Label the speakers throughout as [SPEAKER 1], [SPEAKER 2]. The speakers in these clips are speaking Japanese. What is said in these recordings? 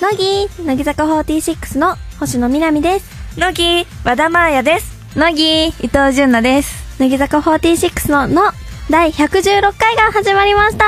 [SPEAKER 1] 乃木乃木坂46の星野みなみです
[SPEAKER 2] 乃木和田真彩です
[SPEAKER 3] 乃木伊藤純奈です
[SPEAKER 1] 乃木坂46のの第116回が始まりました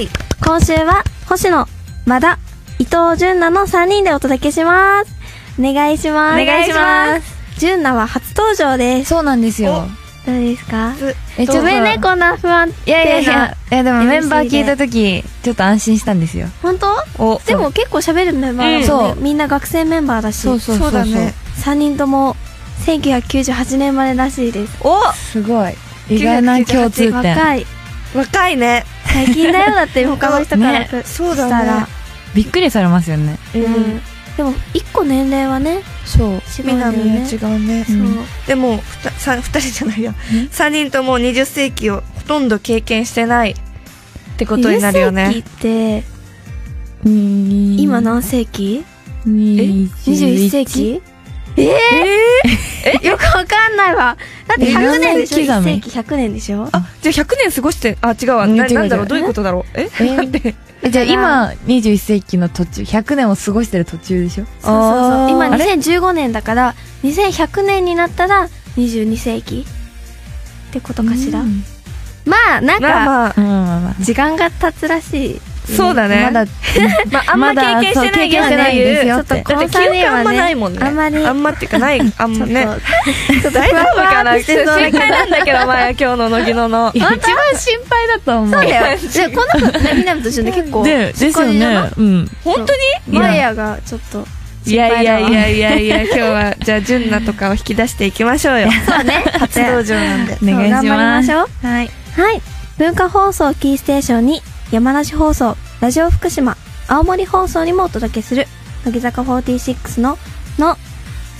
[SPEAKER 2] イエーイ
[SPEAKER 1] 今週は星野和田伊藤純奈の3人でお届けしますお願いします
[SPEAKER 2] お願いします
[SPEAKER 1] 純奈は初登場です
[SPEAKER 3] そうなんですよ
[SPEAKER 1] どうですか
[SPEAKER 3] え
[SPEAKER 1] ごめんね
[SPEAKER 3] い
[SPEAKER 1] こんな不安定ない
[SPEAKER 3] やいやいやいやでも
[SPEAKER 1] や
[SPEAKER 3] メ
[SPEAKER 1] りすぎで
[SPEAKER 3] ンバー聞いた時ちょっと安心したんですよ
[SPEAKER 1] 本当
[SPEAKER 3] お
[SPEAKER 1] でも結構喋るメンバーだもんね、
[SPEAKER 3] う
[SPEAKER 1] みんな学生メンバーだし
[SPEAKER 3] そうそうそうそう
[SPEAKER 2] そうだね
[SPEAKER 1] 3人とも1998年生まれらしいです
[SPEAKER 2] お
[SPEAKER 3] すごい意外な共通点
[SPEAKER 1] 若い
[SPEAKER 2] 若いね
[SPEAKER 1] 最近だよだって他の人からく
[SPEAKER 2] そうだ
[SPEAKER 1] し
[SPEAKER 2] ね
[SPEAKER 1] たら、
[SPEAKER 3] びっくりされますよね
[SPEAKER 1] うんでも1個年齢はね
[SPEAKER 3] そう
[SPEAKER 1] 違うん
[SPEAKER 2] み
[SPEAKER 1] だ
[SPEAKER 2] な
[SPEAKER 1] よ
[SPEAKER 2] みは
[SPEAKER 1] ね
[SPEAKER 2] 違うね
[SPEAKER 1] そう、
[SPEAKER 3] うん
[SPEAKER 2] でもふたさ二人じゃないや3人とも20世紀をほとんど経験してないってことになるよ
[SPEAKER 1] 20
[SPEAKER 2] ね
[SPEAKER 1] 世紀って今
[SPEAKER 3] 今
[SPEAKER 1] 何世紀
[SPEAKER 3] 21
[SPEAKER 1] ?21 世紀えええ よくわかんないわだって100年でしょ
[SPEAKER 3] え
[SPEAKER 1] 1
[SPEAKER 3] 何年
[SPEAKER 1] 世紀100年でしょ
[SPEAKER 2] あじゃあ100年過ごしてあ違うわ
[SPEAKER 3] うん
[SPEAKER 2] な
[SPEAKER 3] 違う
[SPEAKER 2] なんだろ
[SPEAKER 3] 違
[SPEAKER 2] う
[SPEAKER 3] う
[SPEAKER 2] どういうことだろうえ
[SPEAKER 3] ええじゃあ今21世紀の途中100年を過ごしてる途中でし
[SPEAKER 1] そうそ
[SPEAKER 3] ょ
[SPEAKER 1] うそう今
[SPEAKER 3] あれ
[SPEAKER 1] 2015年だから2100年になったら22世紀ってことかしら、
[SPEAKER 3] うん
[SPEAKER 1] まあなん
[SPEAKER 2] まあ
[SPEAKER 1] か
[SPEAKER 2] まあ
[SPEAKER 3] うんまあまあ
[SPEAKER 1] 時間が経つらしい
[SPEAKER 2] そうだね
[SPEAKER 3] まだ
[SPEAKER 2] まああんま経験してないよ
[SPEAKER 3] まだそう経験してないんですよ
[SPEAKER 2] っていう
[SPEAKER 3] って
[SPEAKER 2] だって記憶あんまないもんね
[SPEAKER 1] あんまり
[SPEAKER 2] あんまっていうかないあん
[SPEAKER 1] ちょっ
[SPEAKER 2] ま
[SPEAKER 1] と、
[SPEAKER 2] ね
[SPEAKER 1] ちょっと
[SPEAKER 2] 大
[SPEAKER 1] ふ
[SPEAKER 2] 丈
[SPEAKER 1] わ
[SPEAKER 2] 夫
[SPEAKER 1] ふわ
[SPEAKER 2] かな
[SPEAKER 1] っとして
[SPEAKER 2] 心
[SPEAKER 1] そうだけ
[SPEAKER 2] 配
[SPEAKER 1] ど
[SPEAKER 2] なんだけど、まあ、今日の乃木のの
[SPEAKER 3] い。や一番心配だと思う
[SPEAKER 1] そうだよじゃあこの子ねみなみと順で結構
[SPEAKER 3] でですよ
[SPEAKER 1] しっかりじゃな
[SPEAKER 3] ね
[SPEAKER 1] い
[SPEAKER 3] うん
[SPEAKER 2] 本当に
[SPEAKER 3] いや
[SPEAKER 1] マヤがちょっと
[SPEAKER 2] い
[SPEAKER 1] 心
[SPEAKER 2] やい
[SPEAKER 1] 配だ
[SPEAKER 2] や
[SPEAKER 1] わ
[SPEAKER 2] いやいやいや、今日は、じゃあ、純奈とかを引き出していきまし ょうよ。
[SPEAKER 1] そうね
[SPEAKER 2] 初登場なんで。
[SPEAKER 3] お願いしま
[SPEAKER 1] そう頑張り
[SPEAKER 3] す
[SPEAKER 1] ましょう
[SPEAKER 2] はい。
[SPEAKER 1] はい。文化放送キーステーションに、山梨放送、ラジオ福島、青森放送にもお届けする、乃木坂46の、の、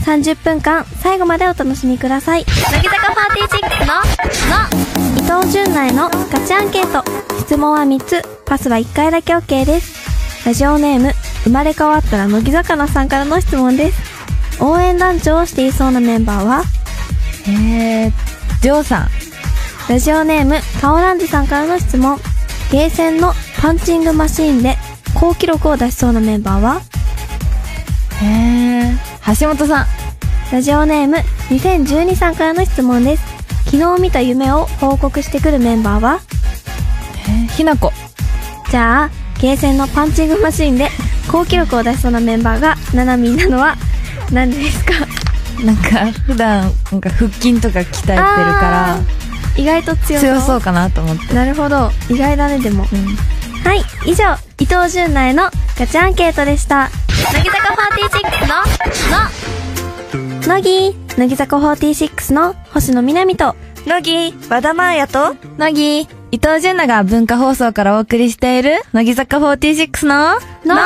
[SPEAKER 1] 30分間、最後までお楽しみください。乃木坂46の、の、伊藤純奈へのガチアンケート。質問は3つ、パスは1回だけ OK です。ラジオネーム、生まれ変わったら乃木坂のさんからの質問です。応援団長をしていそうなメンバーは、
[SPEAKER 3] えージョーさん
[SPEAKER 1] ラジオネーム、カオランジさんからの質問。ゲーセンのパンチングマシーンで高記録を出しそうなメンバーは
[SPEAKER 3] えー橋本さん
[SPEAKER 1] ラジオネーム、2012さんからの質問です。昨日見た夢を報告してくるメンバーは
[SPEAKER 3] えーひなこ
[SPEAKER 1] じゃあ、ゲーセンのパンチングマシーンで高記録を出しそうなメンバーがナナミンなのは何でですか
[SPEAKER 3] なんか普段なんか腹筋とか鍛えてる
[SPEAKER 1] あ
[SPEAKER 3] か
[SPEAKER 1] ー意外と強
[SPEAKER 3] ら
[SPEAKER 1] そう。
[SPEAKER 3] 強そうかなと思って
[SPEAKER 1] なるほど。意外だね、でも。はい、以上、伊藤純奈へのガチアンケートでした。乃木坂46の、の、乃木、乃木坂46の星野みなみと、
[SPEAKER 2] 乃木、和田真彩と、
[SPEAKER 3] 乃木伊藤純奈が文化放送からお送りしている乃木坂46の
[SPEAKER 1] の、今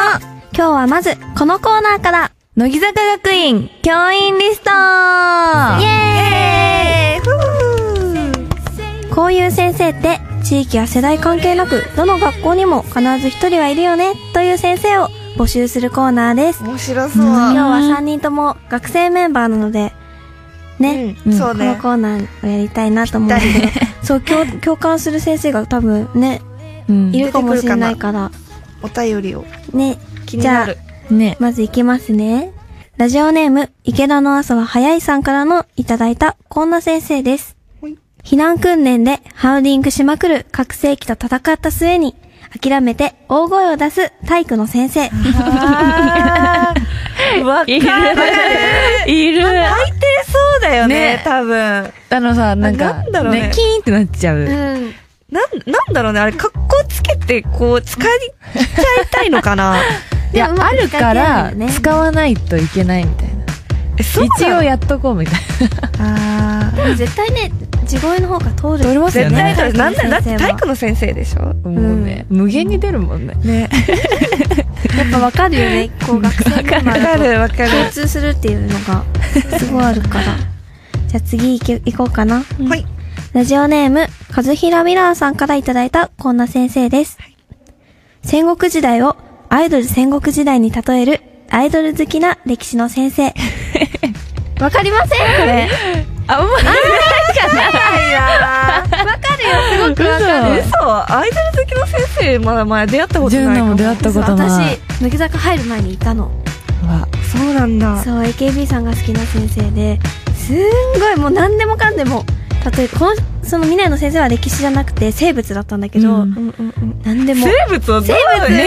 [SPEAKER 1] 日はまず、このコーナーから、
[SPEAKER 3] 乃木坂学院教員リスト
[SPEAKER 1] イエーイこういう先生って、地域や世代関係なく、どの学校にも必ず一人はいるよね、という先生を募集するコーナーです。
[SPEAKER 2] 面白そう。
[SPEAKER 1] 今日
[SPEAKER 3] ん
[SPEAKER 1] は3人とも学生メンバーなので、ね、
[SPEAKER 2] う、
[SPEAKER 3] うんん
[SPEAKER 2] そう
[SPEAKER 1] この
[SPEAKER 2] ね。
[SPEAKER 1] コーナーをやりたいなと思うんだけど そう共共感する先生が多分ね
[SPEAKER 3] うん
[SPEAKER 1] いるかもしれないから
[SPEAKER 2] お便りを。
[SPEAKER 1] ね
[SPEAKER 2] 気になる。
[SPEAKER 3] ね
[SPEAKER 1] まずいきますねラジオネーム池田の朝は早いさんからのいただいたこんな先生です
[SPEAKER 2] はい
[SPEAKER 1] 避難訓練でハウリングしまくる覚醒器と戦った末に諦めて大声を出す体育の先生
[SPEAKER 3] わかるいる
[SPEAKER 2] 大抵そうだよね
[SPEAKER 3] ね、
[SPEAKER 2] 多分。
[SPEAKER 3] あのさなんか
[SPEAKER 2] なんだろうね
[SPEAKER 3] キーンってなっちゃう
[SPEAKER 1] うん
[SPEAKER 2] なん、なんだろうね、あれ、格好つけて、こう、使い、使いたいのか な
[SPEAKER 3] い や
[SPEAKER 1] でもまあ
[SPEAKER 3] あるか
[SPEAKER 1] 使
[SPEAKER 3] ら
[SPEAKER 1] ってるよね
[SPEAKER 3] 使わないといけないみたいな
[SPEAKER 2] え、そう
[SPEAKER 3] 一応やっとこうみたい
[SPEAKER 2] あ
[SPEAKER 1] でも絶対ね地声の方が通る
[SPEAKER 3] 通りますよ
[SPEAKER 2] 絶
[SPEAKER 3] ね
[SPEAKER 2] 対だ、なん
[SPEAKER 1] 体
[SPEAKER 2] だ、
[SPEAKER 1] 育
[SPEAKER 2] だ
[SPEAKER 1] の先生
[SPEAKER 2] って
[SPEAKER 1] は
[SPEAKER 2] 体育の先生でしょ
[SPEAKER 3] なもうね無限に出るもんね
[SPEAKER 2] ね。
[SPEAKER 1] やっぱわかるよねこう学生メンバ
[SPEAKER 2] わ
[SPEAKER 1] ーだ
[SPEAKER 2] か
[SPEAKER 1] と
[SPEAKER 2] る、わかる。
[SPEAKER 1] 共通するっていうのがすごいあるから じゃあ次行け行こうかな
[SPEAKER 2] はい。
[SPEAKER 1] ラジオネーム和平ミラーさんからいただいたこんな先生です、戦国時代をアイドル戦国時代に例えるアイドル好きな歴史の先生わかりませんこれ
[SPEAKER 3] あ、もう、
[SPEAKER 2] いやー
[SPEAKER 1] すごくわかる。
[SPEAKER 2] 嘘アイドル好きの先生まだ前出会ったこと
[SPEAKER 3] 純
[SPEAKER 2] ない
[SPEAKER 3] 奈
[SPEAKER 2] か
[SPEAKER 3] も
[SPEAKER 2] も
[SPEAKER 3] 出会ったことない。
[SPEAKER 1] 私、乃木坂入る前にいたの。
[SPEAKER 3] うわ
[SPEAKER 2] そうなんだ
[SPEAKER 1] そう、AKB さんが好きな先生で、すんごいもう何でもかんでも、例えば、この、その未来の先生は歴史じゃなくて生物だったんだけど、
[SPEAKER 3] うん
[SPEAKER 2] うんうんうん
[SPEAKER 1] 何でも。
[SPEAKER 2] 生物はどう
[SPEAKER 1] 生物ね、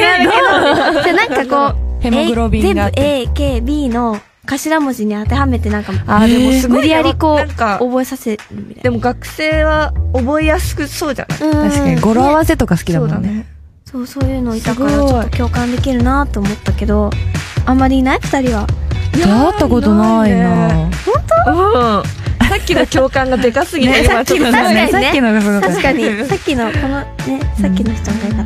[SPEAKER 1] でなんかこう、
[SPEAKER 3] ヘモグロビンがあって
[SPEAKER 1] A 全部 A、K、B の頭文字に当てはめてなんか、
[SPEAKER 3] あー、でもすごい。
[SPEAKER 1] 無
[SPEAKER 2] ごいね
[SPEAKER 1] 理やりこう、
[SPEAKER 2] なんか
[SPEAKER 1] 覚えさせるみたい
[SPEAKER 2] でも学生は覚えやすくそうじゃない
[SPEAKER 1] な。うん
[SPEAKER 3] 確かに語呂合わせとか好きだも
[SPEAKER 2] そうだ
[SPEAKER 3] んね。
[SPEAKER 2] ね
[SPEAKER 1] そう、そういうのいたから
[SPEAKER 2] す
[SPEAKER 1] ち
[SPEAKER 2] ごい
[SPEAKER 1] ょっと共感できるなと思ったけど、あんまりいない二人は。
[SPEAKER 3] 出会ったことないな。
[SPEAKER 2] うんさっきの共感がでかすぎて
[SPEAKER 1] ね
[SPEAKER 2] 今ちょっと
[SPEAKER 1] 確かにね
[SPEAKER 3] さっきのがすごかっ
[SPEAKER 1] 確
[SPEAKER 3] た。
[SPEAKER 1] かに、 さっきの、このね、さっきの人が良かったか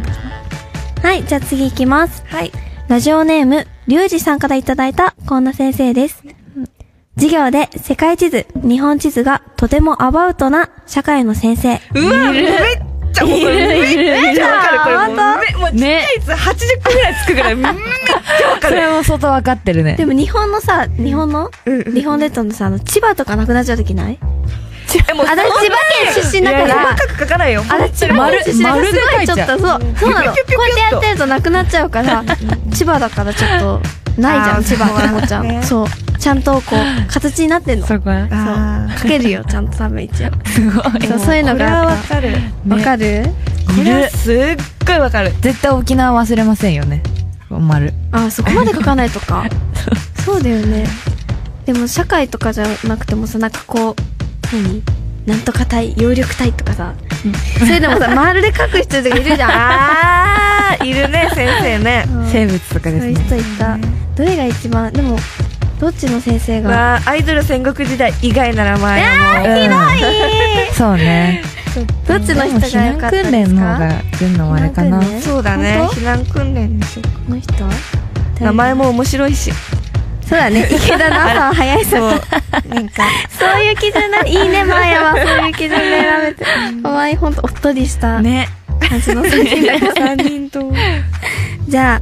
[SPEAKER 1] な。はい、じゃあ次行きます。
[SPEAKER 2] はい
[SPEAKER 1] ラジオネーム、リュウジさんからいただいた、こんな先生です。授業で世界地図、日本地図がとてもアバウトな社会の先生。
[SPEAKER 2] うわめっちゃもうこれめっちゃわかるこれもうめもうちっちゃいやつ80個ぐらいつくぐらいめっちゃわか
[SPEAKER 3] そ
[SPEAKER 2] る
[SPEAKER 3] れも相当わかってるね
[SPEAKER 1] で。も日本のさ、日本の、
[SPEAKER 2] うんうん
[SPEAKER 1] 日本列島のさ、あの、千葉とかなくなっちゃうときない
[SPEAKER 2] えもう
[SPEAKER 1] あ、私千葉県出身だか
[SPEAKER 2] いや
[SPEAKER 1] ら
[SPEAKER 2] 細、かく書かないよ
[SPEAKER 1] あれ千葉県出身だから
[SPEAKER 3] 丸
[SPEAKER 1] すごい
[SPEAKER 3] 丸
[SPEAKER 1] ち
[SPEAKER 3] で書いち
[SPEAKER 1] ょっ
[SPEAKER 3] ゃ
[SPEAKER 1] とそう、そうなの。こ
[SPEAKER 2] ピュピュピュピュ
[SPEAKER 1] う
[SPEAKER 2] っと
[SPEAKER 1] やってやってるとなくなっちゃうから、千葉だからちょっと、ないじゃ
[SPEAKER 2] あ
[SPEAKER 1] ん、
[SPEAKER 2] ー
[SPEAKER 1] 千葉って思っちゃ
[SPEAKER 2] ね
[SPEAKER 1] う。そう。ちゃんとこう、形になってんの。
[SPEAKER 3] そこは。
[SPEAKER 2] あー
[SPEAKER 1] 書けるよ、ちゃんと多分一応。
[SPEAKER 3] すごい。
[SPEAKER 1] そうそういうの
[SPEAKER 2] これは
[SPEAKER 1] が
[SPEAKER 2] わかる
[SPEAKER 1] わかる
[SPEAKER 2] これはすっごいわかる
[SPEAKER 3] 絶対沖縄忘れませんよね。丸。
[SPEAKER 1] あー、そこまで書かないとか。そうだよね。でも社会とかじゃなくてもさ、なんかこう、何なんとか体、揚力体とかさ、そういうのもさ、丸で書く人とかいるじ ゃん。
[SPEAKER 2] あーいるね先生ね
[SPEAKER 1] うん
[SPEAKER 3] 生物と
[SPEAKER 1] そ
[SPEAKER 3] か
[SPEAKER 1] う
[SPEAKER 3] で
[SPEAKER 1] いう
[SPEAKER 3] すね。
[SPEAKER 1] 人いた。どれが一番、でも、どっちの先生が。
[SPEAKER 2] まあアイドル戦国時代以外ならまあもう
[SPEAKER 3] うんそうね。
[SPEAKER 1] どっちの人が良かったですか
[SPEAKER 3] でも避難訓練の方が純のあれかな
[SPEAKER 1] 避難。訓練
[SPEAKER 2] そうだね
[SPEAKER 1] 本当
[SPEAKER 2] 避難訓練にしようか
[SPEAKER 1] この人は
[SPEAKER 2] 名前も面白いし
[SPEAKER 1] そうだね。池田 奈さん早いさ。
[SPEAKER 2] そうなんか
[SPEAKER 1] そういう基準だ。いいね、前は。そういう基準で選べて。可愛い、ほんと、おっとりした
[SPEAKER 3] ね。
[SPEAKER 1] 感じの写真だ けど。
[SPEAKER 2] 3人とも
[SPEAKER 1] じゃあ、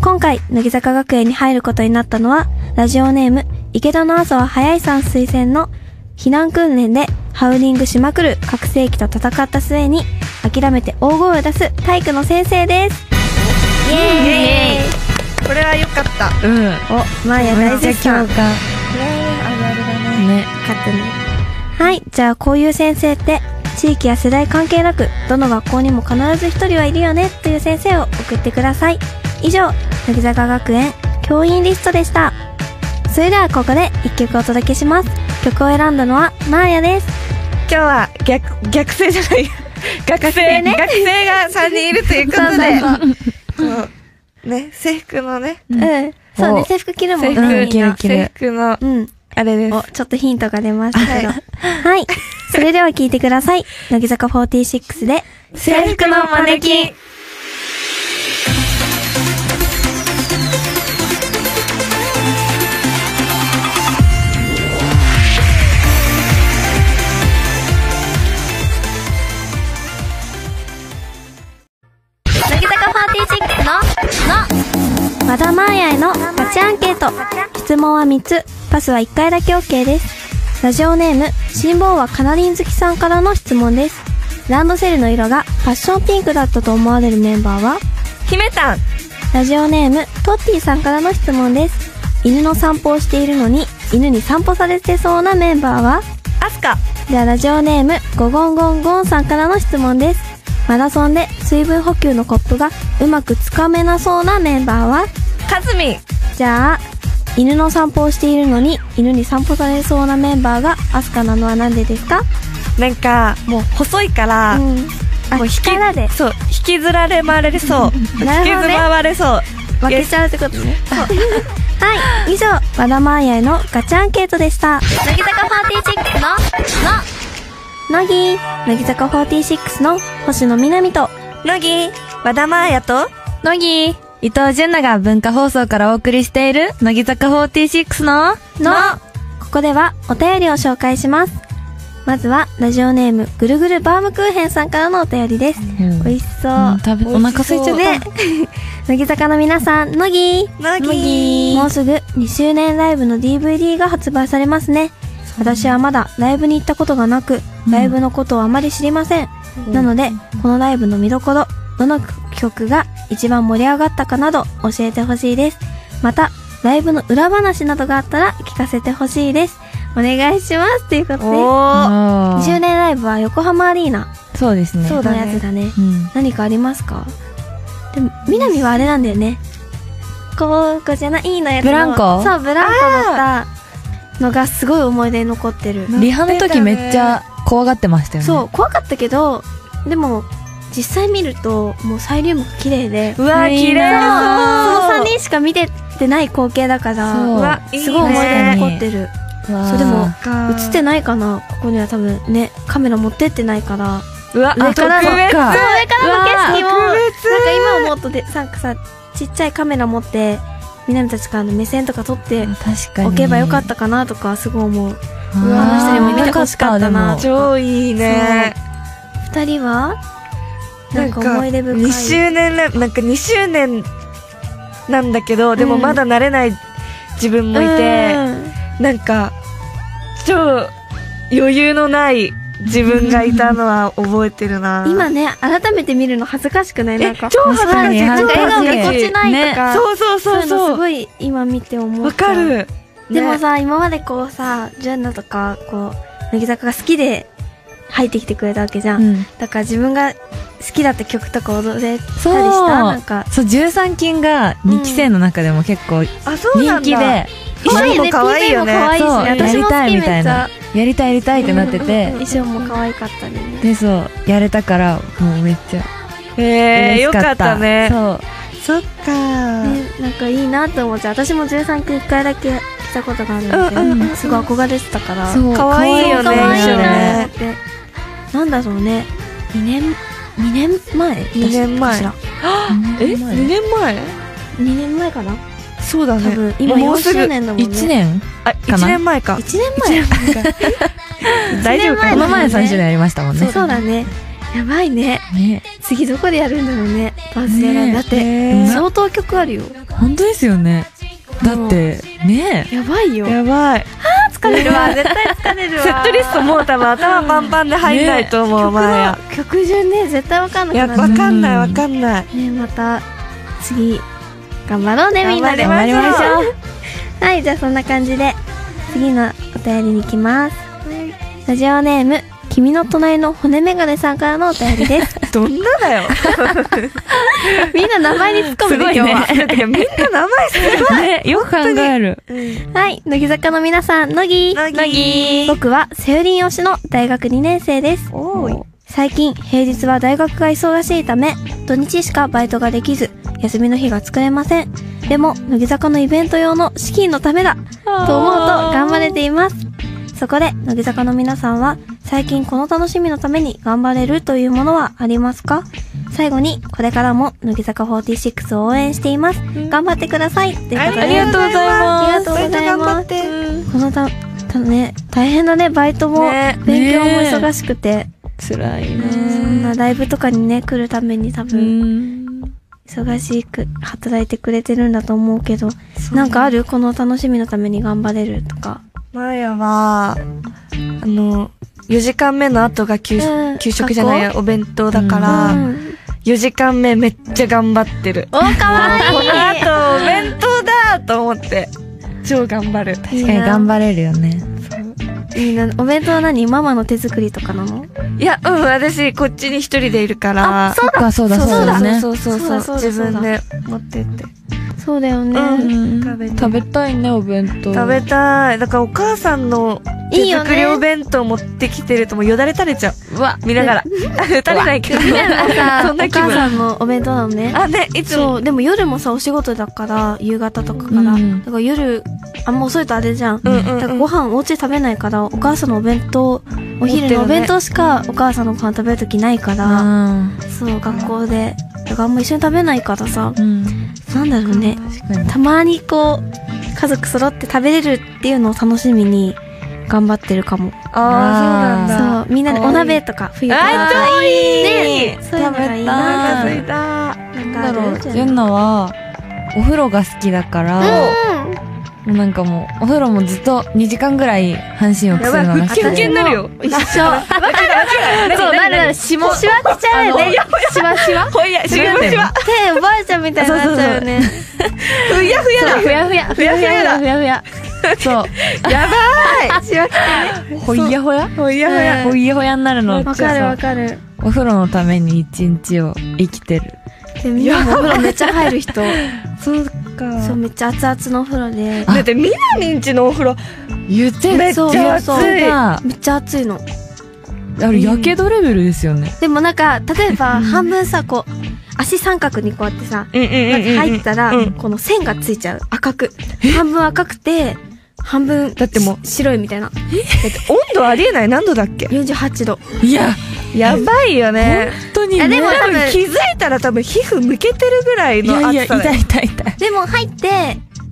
[SPEAKER 1] 今回、乃木坂学園に入ることになったのは、ラジオネーム、池田の朝は早いさん推薦の、避難訓練で、ハウリングしまくる覚醒器と戦った末に、諦めて大声を出す体育の先生です。イエーイ
[SPEAKER 2] これは良かったこ
[SPEAKER 3] うん。
[SPEAKER 1] お、マーヤ大
[SPEAKER 3] め
[SPEAKER 1] 絶
[SPEAKER 3] っちゃ
[SPEAKER 1] 賛
[SPEAKER 3] 共。感。
[SPEAKER 2] れはあるあるだね
[SPEAKER 3] ね。
[SPEAKER 1] 勝手にはいじゃあこういう先生って地域や世代関係なくどの学校にも必ず一人はいるよねという先生を送ってください以上乃木坂学園教員リストでしたそれではここで一曲お届けします曲を選んだのはマーヤです
[SPEAKER 2] 今日は逆逆生じゃない学生
[SPEAKER 1] ね
[SPEAKER 2] 学生が3人いるということでこうね制服のね
[SPEAKER 1] うん、そうね制服着るもん
[SPEAKER 2] 制
[SPEAKER 1] ね
[SPEAKER 2] 服
[SPEAKER 1] みんな
[SPEAKER 3] 着る
[SPEAKER 2] 制服の
[SPEAKER 1] うん
[SPEAKER 2] あれです
[SPEAKER 1] おちょっとヒントが出ましたけ ど
[SPEAKER 2] は
[SPEAKER 1] はいそれでは聞いてください乃木坂46で
[SPEAKER 2] 制服のマネキン
[SPEAKER 1] 乃木坂46の、の、和田真彩へのガチアンケート。質問は3つ、パスは1回だけ OK です。ラジオネーム、辛抱はカナリン好きさんからの質問です。ランドセルの色がパッションピンクだったと思われるメンバーは
[SPEAKER 2] 姫たん
[SPEAKER 1] ラジオネーム、トッティさんからの質問です。犬の散歩をしているのに、犬に散歩されてそうなメンバーは
[SPEAKER 2] アスカ
[SPEAKER 1] ではラジオネームゴゴンゴンゴンさんからの質問ですマラソンで水分補給のコップがうまくつかめなそうなメンバーは
[SPEAKER 2] カズミン
[SPEAKER 1] じゃあ犬の散歩をしているのに犬に散歩されそうなメンバーがアスカなのはなんでですか
[SPEAKER 2] なんかもう細いから、
[SPEAKER 1] うんあ
[SPEAKER 2] もう引き
[SPEAKER 1] 力で
[SPEAKER 2] そう引きずられ回れそう引きず
[SPEAKER 1] なるほどね
[SPEAKER 2] られそう
[SPEAKER 1] 負けちゃうってことねそう はい以上和田まんやへのガチアンケートでした乃木坂46のの乃木乃木坂46の星野みなみと
[SPEAKER 2] 乃木和田真彩と
[SPEAKER 3] 乃木、伊藤純奈が文化放送からお送りしている、乃木坂46の、
[SPEAKER 1] の、ここではお便りを紹介します。まずは、ラジオネーム、ぐるぐるバームクーヘンさんからのお便りです。
[SPEAKER 3] うん
[SPEAKER 1] 美味しそう。
[SPEAKER 3] うん食べ、お腹空いちゃっ
[SPEAKER 1] ね、 乃木坂の皆さん、乃木
[SPEAKER 2] 乃木
[SPEAKER 1] もうすぐ2周年ライブの DVD が発売されますね。私はまだライブに行ったことがなく、
[SPEAKER 3] うん
[SPEAKER 1] ライブのことをあまり知りません。なので、このライブの見どころ、どの曲が一番盛り上がったかなど教えてほしいです。また、ライブの裏話などがあったら聞かせてほしいです。お願いします。ということで、
[SPEAKER 2] おー
[SPEAKER 3] あー
[SPEAKER 1] 20年ライブは横浜アリーナ
[SPEAKER 3] そうですね。
[SPEAKER 2] そうだ
[SPEAKER 1] の
[SPEAKER 2] ね
[SPEAKER 1] やつだね。
[SPEAKER 3] うん。
[SPEAKER 1] 何かありますかでも、みなみはあれなんだよね。こう、こうじゃない、いいのやつの
[SPEAKER 3] ブランコ
[SPEAKER 1] そう、ブランコだったのがすごい思い出に残ってる。
[SPEAKER 3] リハの時めっちゃ怖がってましたよね。
[SPEAKER 1] そう、怖かったけど、でも、実際見ると、もうサイリウムが綺麗で、
[SPEAKER 2] うわー、
[SPEAKER 1] そう
[SPEAKER 2] 綺
[SPEAKER 1] そ
[SPEAKER 2] 麗そう
[SPEAKER 1] の3人しか見ててない光景だから、
[SPEAKER 3] そう
[SPEAKER 2] うわ、いいね。
[SPEAKER 1] すごい思い出に残ってる。
[SPEAKER 3] うわー。
[SPEAKER 1] そうでも映
[SPEAKER 2] 映
[SPEAKER 1] ってないかなここには多分ね、カメラ持ってってないから。
[SPEAKER 2] うわ、
[SPEAKER 1] 上からの
[SPEAKER 2] 特別
[SPEAKER 1] そう、上からの景色も、
[SPEAKER 2] うわ
[SPEAKER 1] な
[SPEAKER 2] ー
[SPEAKER 1] ん
[SPEAKER 2] 特別
[SPEAKER 1] か今思うとで、なんかさ、ちっちゃいカメラ持って、みなみたちからの目線とか撮って
[SPEAKER 3] 確かに。
[SPEAKER 1] おけばよかったかなとか、すごい思う。
[SPEAKER 3] あー。
[SPEAKER 2] うわあの人にも見
[SPEAKER 1] てほしかったな
[SPEAKER 3] よかっ
[SPEAKER 2] 超いいね。
[SPEAKER 1] 二人はなんか思い出深い。
[SPEAKER 2] 2周年ライブ、なんか2周年なんだけど、でも
[SPEAKER 1] うん
[SPEAKER 2] まだ慣れない自分もいて、なんか、超余裕のない自分がいたのは覚えてるな
[SPEAKER 1] う。ん今ね、改めて見るの恥ずかしくない
[SPEAKER 2] え、
[SPEAKER 1] なんか。
[SPEAKER 2] 超恥ずかしい。
[SPEAKER 1] なん
[SPEAKER 3] 確に
[SPEAKER 1] か笑顔
[SPEAKER 2] 超恥ず
[SPEAKER 1] が
[SPEAKER 2] かし
[SPEAKER 1] ぎこちないとか、
[SPEAKER 2] そうそうそ
[SPEAKER 1] そ
[SPEAKER 2] う
[SPEAKER 1] ういうのす
[SPEAKER 2] そう。
[SPEAKER 1] ごい今見て思う。
[SPEAKER 2] わか。る。
[SPEAKER 1] でも
[SPEAKER 2] ね、
[SPEAKER 1] さ、今までこうさ、ジュンナとか、こう、乃木坂が好きで入ってきてくれたわけじゃ
[SPEAKER 3] た
[SPEAKER 1] ん。
[SPEAKER 3] うん。
[SPEAKER 1] だから自分が好きだった曲とか踊れたりした
[SPEAKER 3] そう
[SPEAKER 1] なんか、
[SPEAKER 3] そう、13金が2期生の中でも結構
[SPEAKER 2] あ、そう
[SPEAKER 3] 人
[SPEAKER 2] なんだ。
[SPEAKER 3] 気で、や
[SPEAKER 2] 衣装も可愛いよ
[SPEAKER 1] PV も可
[SPEAKER 2] ね。
[SPEAKER 1] 愛いしね
[SPEAKER 3] そう
[SPEAKER 1] 私も好
[SPEAKER 3] やりたい
[SPEAKER 1] きめ
[SPEAKER 3] み
[SPEAKER 1] った
[SPEAKER 3] い
[SPEAKER 1] ち
[SPEAKER 3] な
[SPEAKER 1] ゃ。
[SPEAKER 3] りたいやりたいってなってて、
[SPEAKER 1] 衣装も可愛かったりね。
[SPEAKER 3] で、そう、やれたから、もうめっちゃ
[SPEAKER 2] えー、
[SPEAKER 3] 嬉
[SPEAKER 2] よ
[SPEAKER 3] しかった。
[SPEAKER 2] かったね。
[SPEAKER 3] そう。
[SPEAKER 2] そっか
[SPEAKER 1] ね、なんかいいなって思っちゃう。私も13期1回だけ来たことがあるんだけど、
[SPEAKER 2] うん
[SPEAKER 3] うんう
[SPEAKER 1] すごい憧れてたから。
[SPEAKER 3] そう
[SPEAKER 2] 可愛いよね
[SPEAKER 1] 可愛い
[SPEAKER 2] 一緒
[SPEAKER 1] な
[SPEAKER 2] ね
[SPEAKER 1] って。なんだろうね。2年、2年前
[SPEAKER 2] 二年前
[SPEAKER 1] かしら
[SPEAKER 2] え、2年前
[SPEAKER 1] 2年前かな
[SPEAKER 2] そうだ
[SPEAKER 1] 多分、今
[SPEAKER 2] もう
[SPEAKER 1] 4
[SPEAKER 2] すぐ
[SPEAKER 1] 周年だもんね。
[SPEAKER 3] 1年
[SPEAKER 2] あ、
[SPEAKER 3] かな
[SPEAKER 2] 1年前か。
[SPEAKER 1] 一年前
[SPEAKER 2] 大丈夫
[SPEAKER 1] 一
[SPEAKER 2] か
[SPEAKER 3] こ
[SPEAKER 1] 年
[SPEAKER 3] の
[SPEAKER 2] な
[SPEAKER 3] 前3周年やりましたもんね。
[SPEAKER 1] そうだね。やばいね。
[SPEAKER 3] ね。
[SPEAKER 1] 次どこでやるんだろうね。バズライブ。
[SPEAKER 3] ね
[SPEAKER 1] だって、
[SPEAKER 3] うん
[SPEAKER 1] 相当曲あるよ。
[SPEAKER 3] 本当ですよね。だって、ね
[SPEAKER 1] やばいよ。
[SPEAKER 2] やばい。
[SPEAKER 1] 疲れるわ。絶対疲れるわ。
[SPEAKER 2] セットリストもう多分頭パンパンで入んないと思う、お
[SPEAKER 1] 曲
[SPEAKER 2] 前
[SPEAKER 1] の
[SPEAKER 2] や。
[SPEAKER 1] 曲順ね、絶対わかんないく
[SPEAKER 2] や、
[SPEAKER 1] なっちゃ
[SPEAKER 2] わ
[SPEAKER 1] う
[SPEAKER 2] かんないわかんない。
[SPEAKER 1] ね、また、次、頑張ろうね、みんなで。
[SPEAKER 2] 頑張りましょう
[SPEAKER 1] 頑張りましょう はい、じゃあそんな感じで、次のお便りに行きます。ラジオネーム、君の隣の骨メガネさんからのお便り です。
[SPEAKER 2] どんなだよ。
[SPEAKER 1] みんな名前に突っ込むね、今日は。
[SPEAKER 2] てかみんな名前す
[SPEAKER 3] ねよく考える。
[SPEAKER 1] はい、乃木坂の皆さん、乃木
[SPEAKER 2] ごい。なぎ
[SPEAKER 1] 僕はセオリン推しの大学2年生です。
[SPEAKER 2] おーい
[SPEAKER 1] 最近、平日は大学が忙しいため、土日しかバイトができず、休みの日が作れません。でも、乃木坂のイベント用の資金のためだと思うと頑張れています。そこで、乃木坂の皆さんは、最近この楽しみのために頑張れるというものはありますか最後に、これからも乃木坂46を応援しています。頑張ってくださいということで
[SPEAKER 2] ありがとうございます。
[SPEAKER 1] ありがとうございます。
[SPEAKER 2] バイト頑張っ
[SPEAKER 1] このた、たね、大変だね、バイトも、
[SPEAKER 2] ね
[SPEAKER 1] 勉強も忙しくて、
[SPEAKER 3] 辛い
[SPEAKER 1] そんなライブとかにね、来るために多
[SPEAKER 3] う
[SPEAKER 1] 分、
[SPEAKER 3] ん。
[SPEAKER 1] 忙しく働いてくれてるんだと思うけど、
[SPEAKER 2] そう
[SPEAKER 1] なんかあるこの楽しみのために頑張れるとか。
[SPEAKER 2] マヤは、あの、4時間目の後が給
[SPEAKER 1] うん
[SPEAKER 2] 給食じゃないや、お弁当だか
[SPEAKER 3] あ
[SPEAKER 2] ら、
[SPEAKER 1] ん。
[SPEAKER 2] 4時間目めっちゃ頑張ってる。
[SPEAKER 1] お、かわ
[SPEAKER 2] この
[SPEAKER 1] いい
[SPEAKER 2] 後、お弁当だと思って、超頑張る。
[SPEAKER 1] いい
[SPEAKER 3] 確
[SPEAKER 1] な
[SPEAKER 3] かに頑張れるよね。
[SPEAKER 1] いいな。お弁当は何ママの手作りとかなの
[SPEAKER 2] いや、うん、私、こっちに一人でいるから。
[SPEAKER 3] そっか、そうだ、そうだね。
[SPEAKER 2] そうそうそうそう。
[SPEAKER 1] そうだそうだ
[SPEAKER 2] 自分で持ってって。
[SPEAKER 1] そうだよね。
[SPEAKER 2] うん
[SPEAKER 3] うん
[SPEAKER 2] 食べて
[SPEAKER 3] 食べたいね、お弁当。
[SPEAKER 2] 食べたい。だからお母さんの
[SPEAKER 1] い
[SPEAKER 2] 手
[SPEAKER 1] いよね
[SPEAKER 2] 作りお弁当持ってきてるともうよだれ垂れちゃう。
[SPEAKER 3] うわ、
[SPEAKER 2] 見ながら。 垂れないけど。
[SPEAKER 1] さ
[SPEAKER 2] そ
[SPEAKER 1] お
[SPEAKER 2] んな気
[SPEAKER 1] 母
[SPEAKER 2] 分。
[SPEAKER 1] さんのお弁当なのね。
[SPEAKER 2] あ、ね、いつも。
[SPEAKER 1] そう、でも夜もさ、お仕事だから、夕方とかから。
[SPEAKER 3] うん
[SPEAKER 1] だから夜、あんま遅いとあれじゃん。
[SPEAKER 2] うんう
[SPEAKER 1] だから
[SPEAKER 2] んう
[SPEAKER 1] ご
[SPEAKER 2] ん。
[SPEAKER 1] 飯お家で食べないから、お母さんのお弁当、お
[SPEAKER 2] 持っ
[SPEAKER 1] 昼
[SPEAKER 2] て
[SPEAKER 1] のお
[SPEAKER 2] るね
[SPEAKER 1] 弁当しかお母さんのご飯食べるときないから、
[SPEAKER 3] あ
[SPEAKER 1] そう、学校で。だからあんま一緒に食べないからさ、
[SPEAKER 3] ーうん。
[SPEAKER 1] なんだろうね。
[SPEAKER 3] 確かに。
[SPEAKER 1] たまにこう、家族揃って食べれるっていうのを楽しみに頑張ってるかも。
[SPEAKER 2] ああ、そうなんだ。
[SPEAKER 1] そう、みんなでお鍋とか、冬と
[SPEAKER 2] あ
[SPEAKER 1] か。
[SPEAKER 2] ー、超いい
[SPEAKER 1] ねそういうのがいい
[SPEAKER 2] お
[SPEAKER 1] な
[SPEAKER 2] 腹
[SPEAKER 3] 食
[SPEAKER 2] す
[SPEAKER 3] べ
[SPEAKER 2] いた。
[SPEAKER 1] なん
[SPEAKER 3] な
[SPEAKER 1] かあ
[SPEAKER 3] んだろ
[SPEAKER 1] る
[SPEAKER 3] う、ジュンナは、お風呂が好きだから、
[SPEAKER 1] うん
[SPEAKER 3] なんかもう、お風呂もずっと2時間ぐらい半身浴す
[SPEAKER 2] や
[SPEAKER 3] る
[SPEAKER 2] ばい、
[SPEAKER 3] のがな
[SPEAKER 2] 腹
[SPEAKER 3] く
[SPEAKER 2] 筋
[SPEAKER 3] て。
[SPEAKER 2] 腹筋になるよ。
[SPEAKER 1] 一緒。わかるそう、なるなる。しも。しわくちゃうよね。しわしわ。
[SPEAKER 2] ほいや、しわしわ。
[SPEAKER 1] 手、おばあちゃんみたいになっちゃうよね。
[SPEAKER 2] ふやふやだ。
[SPEAKER 1] ふやふや。ふやふや。ふやふや。
[SPEAKER 3] そう。
[SPEAKER 2] やばい。しわき
[SPEAKER 3] ほいやほや
[SPEAKER 2] ほいやほや。
[SPEAKER 1] うん
[SPEAKER 3] ほいやほやになるの。
[SPEAKER 1] わかるわかる。
[SPEAKER 3] お風呂のために一日を生きてる。
[SPEAKER 1] で、みんなもお風呂めっちゃ入る人。
[SPEAKER 2] そうか
[SPEAKER 1] そう、めっちゃ熱々のお風呂で。
[SPEAKER 2] だって、みなみんちのお風呂、
[SPEAKER 3] 言って
[SPEAKER 2] めっち
[SPEAKER 1] そう
[SPEAKER 2] ゃ熱
[SPEAKER 1] そう
[SPEAKER 2] い。
[SPEAKER 3] た。
[SPEAKER 1] めっちゃ熱いの。
[SPEAKER 3] あれ、やけどレベルですよね。
[SPEAKER 1] でもなんか、例えば、半分さ、こう、足三角にこうやってさ、
[SPEAKER 2] うんうん
[SPEAKER 1] なんか入ったら、
[SPEAKER 2] うん
[SPEAKER 1] この線がついちゃう。赤く。半分赤くて、半分、
[SPEAKER 2] だってもう
[SPEAKER 1] し白いみたいな。
[SPEAKER 2] だって温度ありえない何度だっけ
[SPEAKER 1] 48度。
[SPEAKER 3] いや、
[SPEAKER 2] やばいよね
[SPEAKER 3] 本当に
[SPEAKER 1] いやでも
[SPEAKER 2] 多
[SPEAKER 1] 多
[SPEAKER 2] 分
[SPEAKER 1] 分
[SPEAKER 2] 気づいたら多分皮膚むけてるぐらい
[SPEAKER 3] い
[SPEAKER 2] の
[SPEAKER 3] やいや、
[SPEAKER 2] 暑さ
[SPEAKER 3] 痛
[SPEAKER 2] だよ
[SPEAKER 3] い痛い痛い。
[SPEAKER 1] でも入って、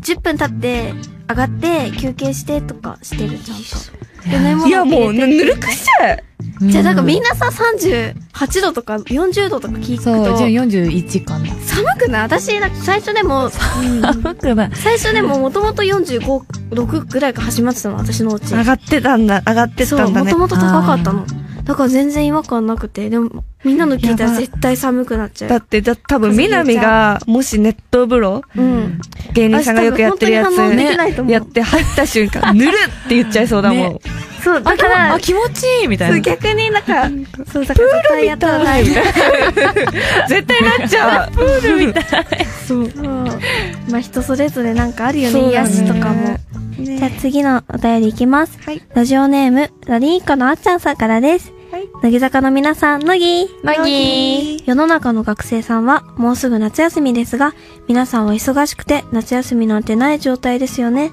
[SPEAKER 1] 10分経って、上がって、休憩してとかしてる、ちゃんと。で、飲み
[SPEAKER 2] いや
[SPEAKER 1] 物
[SPEAKER 2] もう
[SPEAKER 1] 入れ
[SPEAKER 2] ぬ
[SPEAKER 1] て
[SPEAKER 2] ぬるくしちゃう
[SPEAKER 1] じゃあなんかみん
[SPEAKER 3] な、
[SPEAKER 1] なさ、38度とか40度とか聞く
[SPEAKER 3] そう、
[SPEAKER 1] と、
[SPEAKER 3] じゃあ41かな。
[SPEAKER 1] 寒くない私、なんか最初で も、
[SPEAKER 3] 寒くない。
[SPEAKER 1] 最初でももともと45、6ぐらいから始まってたの、私のうち。
[SPEAKER 2] 上がってたんだ上がってった
[SPEAKER 1] そうん
[SPEAKER 2] だ
[SPEAKER 1] も
[SPEAKER 2] ね
[SPEAKER 1] ともと高かったのだから全然違和感なくてでもみんなの聞いたら絶対寒くなっち
[SPEAKER 2] だ
[SPEAKER 1] ゃう
[SPEAKER 2] ってだ多分
[SPEAKER 1] 風
[SPEAKER 2] みな
[SPEAKER 1] 邪
[SPEAKER 2] み
[SPEAKER 1] ひいち
[SPEAKER 2] がもし熱湯風呂
[SPEAKER 1] うん
[SPEAKER 2] 芸人さんがよくやってるや
[SPEAKER 1] 私
[SPEAKER 2] つ
[SPEAKER 1] 多分本当に反応できないと思う
[SPEAKER 2] やって入った瞬 間ぬるって言っちゃいそうだもん
[SPEAKER 3] ね
[SPEAKER 1] そうだか
[SPEAKER 3] あ、
[SPEAKER 1] ら
[SPEAKER 3] 気持ちいいみた
[SPEAKER 1] そう
[SPEAKER 3] いな。
[SPEAKER 1] 逆になんかそうだから絶対やったらない
[SPEAKER 2] 絶対なっちゃうプールみたい
[SPEAKER 1] そうまあ人それぞれなんかあるよ
[SPEAKER 2] そ
[SPEAKER 1] ね
[SPEAKER 2] う
[SPEAKER 1] 癒
[SPEAKER 2] だね
[SPEAKER 1] しとかもじゃあ次のお便りいきます
[SPEAKER 2] はい
[SPEAKER 1] ラジオネームラリーコのあっちゃんさんからです
[SPEAKER 2] はい
[SPEAKER 1] 乃木坂の皆さん乃木
[SPEAKER 3] 乃
[SPEAKER 2] 木
[SPEAKER 1] 世の中の学生さんはもうすぐ夏休みですが皆さんは忙しくて夏休みなんてない状態ですよね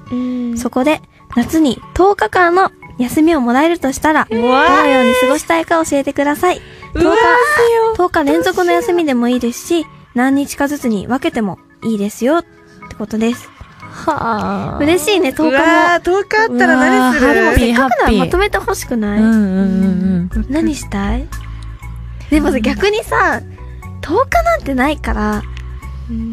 [SPEAKER 1] そこで、夏に10日間の休みをもらえるとしたら、ど
[SPEAKER 2] ー
[SPEAKER 1] のように過ごしたいか教えてください。10
[SPEAKER 2] うわ
[SPEAKER 1] 日、10日連続の休みでもいいですし、何日かずつに分けてもいいですよ、ってことです。
[SPEAKER 3] はぁ。
[SPEAKER 1] 嬉しいね、10
[SPEAKER 2] う
[SPEAKER 1] 日
[SPEAKER 2] わー10日あったら何す
[SPEAKER 3] うわー
[SPEAKER 1] も。で
[SPEAKER 3] ハッ
[SPEAKER 1] もせ
[SPEAKER 3] ピー
[SPEAKER 2] る
[SPEAKER 1] っかくならまとめてほしく
[SPEAKER 3] う
[SPEAKER 1] なんい、
[SPEAKER 3] うんうん
[SPEAKER 1] 何したいでもさ、逆にさ、10日なんてないから、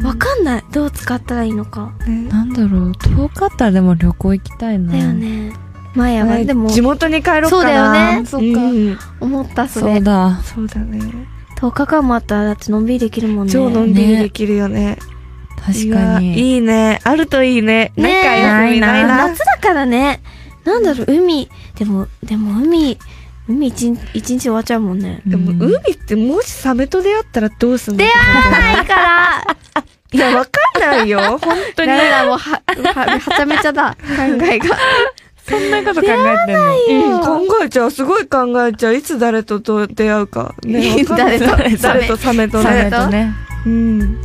[SPEAKER 1] わかんない。どう使ったらいいのか。
[SPEAKER 3] うん。なんだろう、遠かったらでも旅行行きたいな。
[SPEAKER 1] だよ。ね。前や
[SPEAKER 2] ね
[SPEAKER 1] でも、
[SPEAKER 2] 地元に帰ろっかな
[SPEAKER 1] そうだよね
[SPEAKER 3] そっか
[SPEAKER 2] うん
[SPEAKER 1] 思った、そ
[SPEAKER 3] そう
[SPEAKER 1] れ。
[SPEAKER 3] だ。
[SPEAKER 2] そうだね
[SPEAKER 1] 10日間もあったらだってのんびりできるもんね。
[SPEAKER 2] 超のんびりできるよね
[SPEAKER 3] 確か
[SPEAKER 2] いや
[SPEAKER 3] に。
[SPEAKER 2] いいね。あるといいね。
[SPEAKER 1] ねえ
[SPEAKER 2] 仲良くないな。
[SPEAKER 1] 夏だからね。なんだろう、海。でも、でも海、海一日一日終わっちゃうもんね。
[SPEAKER 2] でも、
[SPEAKER 3] うん
[SPEAKER 2] 海ってもしサメと出会ったらどうすんの
[SPEAKER 1] 出会わない から
[SPEAKER 2] いや、わかんないよ。 本
[SPEAKER 1] ダ
[SPEAKER 2] 当
[SPEAKER 1] メ
[SPEAKER 2] に。
[SPEAKER 1] だ、もうは、は、はちゃめちゃだ。考えが。
[SPEAKER 3] そんなこと考えてんの
[SPEAKER 2] うん、考えちゃう。すごい考えちゃう。いつ誰とどう出会うか。 ね、わかんない
[SPEAKER 1] 誰と
[SPEAKER 2] 誰とサメと
[SPEAKER 3] サ
[SPEAKER 2] ね。
[SPEAKER 3] メとね。
[SPEAKER 2] うん。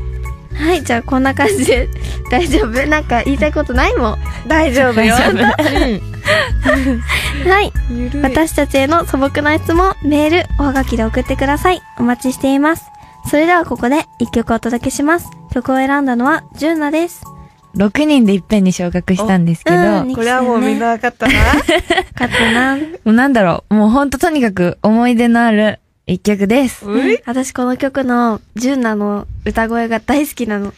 [SPEAKER 1] はい、じゃあこんな感じ で。大丈夫なんか言いたいことないもん。
[SPEAKER 2] 大丈夫よ。
[SPEAKER 3] 大丈
[SPEAKER 1] はい。
[SPEAKER 2] うんゆるい
[SPEAKER 1] 私たちへの素朴な質問、メール、おはがきで送ってください。お待ちしています。それではここで一曲お届けします。曲を選んだのは、ジュンナです。
[SPEAKER 3] 6人でいっぺんに昇格したんですけど、
[SPEAKER 1] うん
[SPEAKER 3] も
[SPEAKER 2] これはもうみんなわ かったな。
[SPEAKER 1] 勝ったな。
[SPEAKER 3] うなんだろう、もうほんととにかく思い出のある一曲です。
[SPEAKER 2] うい
[SPEAKER 1] 私この曲の、ジュンナの歌声が大好きなの。ね、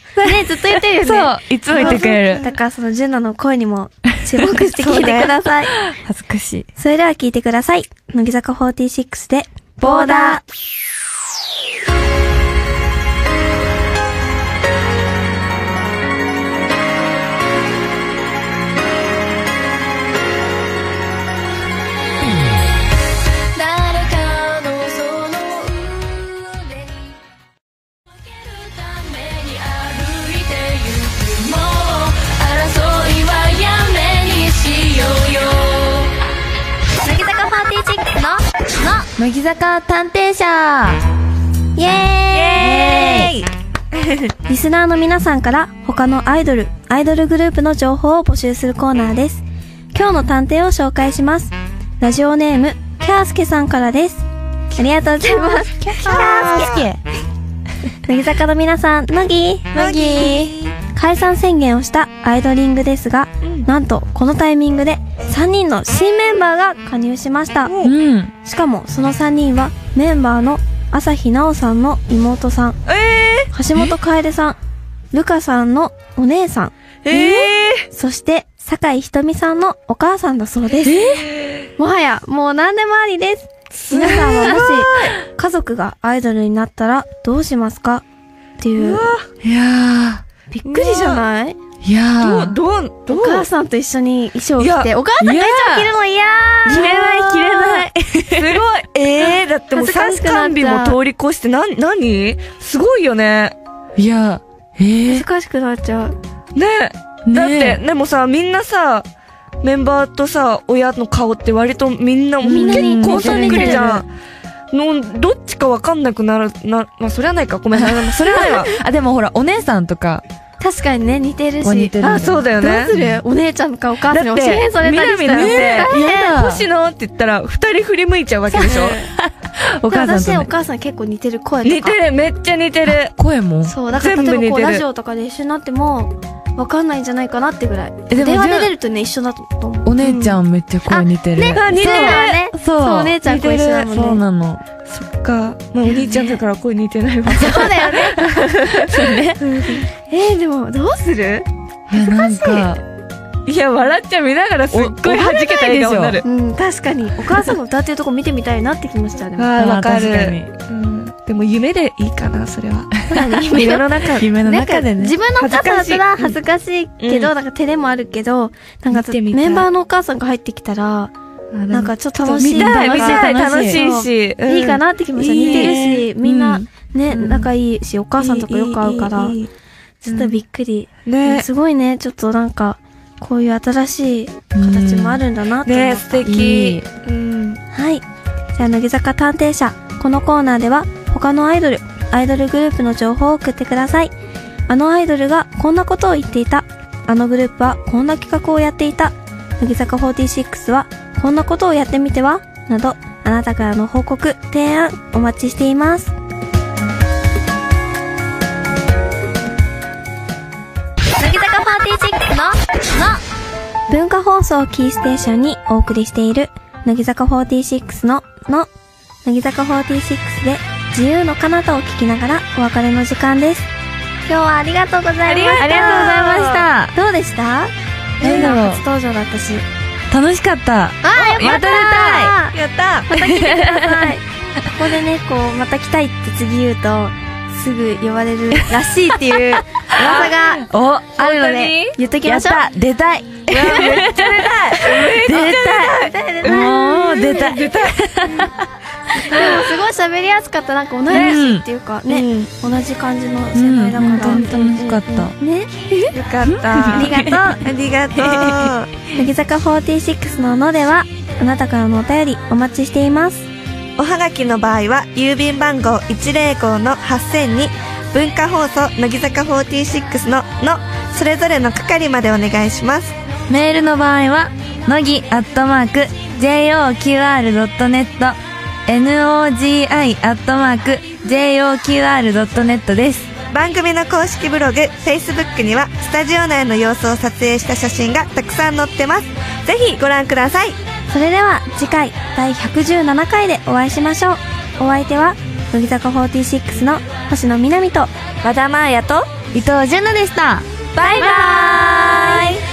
[SPEAKER 1] ずっと言ってるよね。
[SPEAKER 3] そう、いつも言ってくれ る。
[SPEAKER 1] だからそのジュンナの声にも注目して聞いてくだ さい。そ
[SPEAKER 3] 恥ずかしい。
[SPEAKER 1] れでは聞いてください。乃木坂46で、ボーダー。乃木坂46の、の、
[SPEAKER 3] 乃木坂探偵者
[SPEAKER 1] イエーイリスナーの皆さんから他のアイドル、アイドルグループの情報を募集するコーナーです。今日の探偵を紹介します。ラジオネーム、キャースケさんからです。ありがとうございます。キャースケ乃木坂の皆さん、乃木
[SPEAKER 3] 乃木
[SPEAKER 1] 解散宣言をしたアイドリングですが、なんとこのタイミングで3人の新メンバーが加入しました。
[SPEAKER 3] うん。
[SPEAKER 1] しかもその3人はメンバーの朝日奈央さんの妹さん、
[SPEAKER 2] え
[SPEAKER 1] 橋本楓さん、ルカさんのお姉さん、
[SPEAKER 2] ー、え
[SPEAKER 1] そして坂井ひとみさんのお母さんだそうです。もはや、もう何でもありです。皆さんはもし、家族がアイドルになったらどうしますかっていうう
[SPEAKER 2] わ。
[SPEAKER 3] いや
[SPEAKER 1] びっくりじゃない
[SPEAKER 3] ー。いや
[SPEAKER 2] どう、
[SPEAKER 3] ー。
[SPEAKER 2] どう、ど
[SPEAKER 1] お
[SPEAKER 2] う
[SPEAKER 1] 母さんと一緒に衣装を着
[SPEAKER 2] い
[SPEAKER 1] て、
[SPEAKER 2] や
[SPEAKER 1] お母さんが衣装
[SPEAKER 2] いや
[SPEAKER 1] 着るの嫌。
[SPEAKER 2] 着れない着れないすごいええだってもう
[SPEAKER 1] 恥ずか
[SPEAKER 2] 参
[SPEAKER 1] しくなっちゃう
[SPEAKER 2] 観日も通り越して、な、なにすごいよね。
[SPEAKER 3] いやー。えー。
[SPEAKER 1] 難しくなっちゃう。
[SPEAKER 2] ね
[SPEAKER 3] ねえ
[SPEAKER 2] だって、でもさ、みんなさ、メンバーとさ、親の顔って割とみんな、
[SPEAKER 1] みんなに
[SPEAKER 2] 結構
[SPEAKER 1] 似て
[SPEAKER 2] そ
[SPEAKER 1] る
[SPEAKER 2] っくりじゃん。の、どっちかわかんなくなる、な、まあ、それはないか。ごめんなさい。それはないわ。
[SPEAKER 3] あ、でもほら、お姉さんとか。
[SPEAKER 1] 確かにね、似てるし。
[SPEAKER 3] こう似て る
[SPEAKER 1] あ
[SPEAKER 2] あ、そうだよね。
[SPEAKER 1] どうするお姉ちゃんかお母さんに教えそれたりした
[SPEAKER 2] み
[SPEAKER 1] ら。
[SPEAKER 2] なみなんて、
[SPEAKER 3] やだ
[SPEAKER 2] 星野って言ったら、二人振り向いちゃうわけでしょ。
[SPEAKER 3] お母さ
[SPEAKER 1] でも
[SPEAKER 3] ん
[SPEAKER 1] 私
[SPEAKER 3] と
[SPEAKER 1] お
[SPEAKER 3] ね。
[SPEAKER 1] 母さん結構似てる声とか。
[SPEAKER 2] 似てる、めっちゃ似てる。
[SPEAKER 3] 声も。
[SPEAKER 1] そう、だから
[SPEAKER 2] 全部
[SPEAKER 1] 例えばこう
[SPEAKER 2] 似てる
[SPEAKER 1] ラジオとかで一緒になっても、わかんないんじゃないかなってぐらい。
[SPEAKER 3] えでも
[SPEAKER 1] 電話
[SPEAKER 3] じゃ
[SPEAKER 1] で
[SPEAKER 3] あ
[SPEAKER 1] 出るとね、一緒だと思う。
[SPEAKER 3] お姉ちゃんめっちゃ声似てる。
[SPEAKER 1] ね、
[SPEAKER 2] あ似てる
[SPEAKER 1] そうだね
[SPEAKER 3] そう
[SPEAKER 1] そう、お姉ちゃんと一緒だもんね。
[SPEAKER 3] そうなの。
[SPEAKER 2] そっか。まあ、お兄ちゃんだから声似てないわ。
[SPEAKER 1] そうだよね。 えー、でも、どうする
[SPEAKER 3] いや、なんか、
[SPEAKER 2] いや、笑っちゃ見ながらすっごい
[SPEAKER 3] お
[SPEAKER 2] 弾けた笑顔になる。
[SPEAKER 1] うん、確かに。お母さんの歌ってるとこ見てみたいなって気もしちゃうね。
[SPEAKER 2] ああ、わか
[SPEAKER 3] 確
[SPEAKER 2] る。
[SPEAKER 3] に。
[SPEAKER 2] うんでも夢でいいかな、それは。
[SPEAKER 1] 夢
[SPEAKER 2] 夢の中。
[SPEAKER 3] 夢の
[SPEAKER 1] なん
[SPEAKER 3] 中
[SPEAKER 1] か、
[SPEAKER 3] でね
[SPEAKER 1] 自。分のお母さんだったら恥
[SPEAKER 2] 恥
[SPEAKER 1] ずかしいけど、なんか照れもあるけど、なんか
[SPEAKER 2] 見てみたい
[SPEAKER 1] メンバーのお母さんが入ってきたら、なんかちょっと楽しい。
[SPEAKER 2] 見たい、見たい、
[SPEAKER 1] 楽
[SPEAKER 2] 楽
[SPEAKER 1] し
[SPEAKER 2] し
[SPEAKER 1] い
[SPEAKER 2] いし。うん
[SPEAKER 1] いいかなって気もした。
[SPEAKER 2] いい
[SPEAKER 1] 似てるし、みんな
[SPEAKER 3] うん
[SPEAKER 1] ね、
[SPEAKER 2] うん
[SPEAKER 1] 仲いいし、お母さんとかよく会うから
[SPEAKER 2] いい、いいいい
[SPEAKER 1] ちょっとびっくり。
[SPEAKER 2] ね
[SPEAKER 1] すごいね、ちょっとなんか、こういう新しい形もあるんだなって思
[SPEAKER 2] ね
[SPEAKER 1] っ
[SPEAKER 2] 素
[SPEAKER 1] た。
[SPEAKER 3] い
[SPEAKER 2] 敵
[SPEAKER 3] い。
[SPEAKER 2] うん。
[SPEAKER 1] はい。じゃあ、乃木坂探偵社。このコーナーでは、他のアイドル、アイドルグループの情報を送ってください。あのアイドルがこんなことを言っていた。あのグループはこんな企画をやっていた。乃木坂46はこんなことをやってみてはなど、あなたからの報告、提案、お待ちしています。乃木坂46の、の文化放送キーステーションにお送りしている、乃木坂46の、の、乃木坂46で自由の彼方を聞きながらお別れの時間です。今日はありがとうございました。
[SPEAKER 2] ありがとう
[SPEAKER 3] ありがとうございまし
[SPEAKER 1] どうでした
[SPEAKER 3] なんだろう
[SPEAKER 1] 初登場だったし。
[SPEAKER 3] た。楽しかった。
[SPEAKER 1] ああ、よかった
[SPEAKER 2] ややった
[SPEAKER 1] また来てください。ここでね、こう、また来たいって次言うと、すぐ呼ばれるらしいっていう噂が
[SPEAKER 3] お、あ
[SPEAKER 1] あるの
[SPEAKER 2] 本
[SPEAKER 1] で、言っとき
[SPEAKER 3] や
[SPEAKER 1] ま
[SPEAKER 3] っ
[SPEAKER 1] しょう。
[SPEAKER 3] た出たい
[SPEAKER 2] めっちゃ
[SPEAKER 3] 出たい
[SPEAKER 1] 出たい出たい
[SPEAKER 3] もう出たい
[SPEAKER 2] 出たい。
[SPEAKER 1] でもすごい喋りやすかった。なんか同い年っていうか、ね、
[SPEAKER 2] ね。
[SPEAKER 1] 同じ感じの
[SPEAKER 3] う
[SPEAKER 1] 世代だから。
[SPEAKER 3] ん、本当に楽しかった。
[SPEAKER 1] ね。
[SPEAKER 2] よかった。
[SPEAKER 1] ありがとう。
[SPEAKER 2] ありがと
[SPEAKER 1] 乃木坂46ののでは、あなたからのお便りお待ちしています。
[SPEAKER 4] おはがきの場合は郵便番号105の8000に文化放送乃木坂46の「の」それぞれの係までお願いします
[SPEAKER 3] メールの場合は、のぎアットマーク、joqr.net、nogi アットマーク、joqr.net です。
[SPEAKER 4] 番組の公式ブログ Facebook にはスタジオ内の様子を撮影した写真がたくさん載ってますぜひご覧ください
[SPEAKER 1] それでは次回第117回でお会いしましょう。お相手は、乃木坂46の星野みなみと、
[SPEAKER 3] 和田真彩と伊藤純奈でした。
[SPEAKER 1] バイバーイ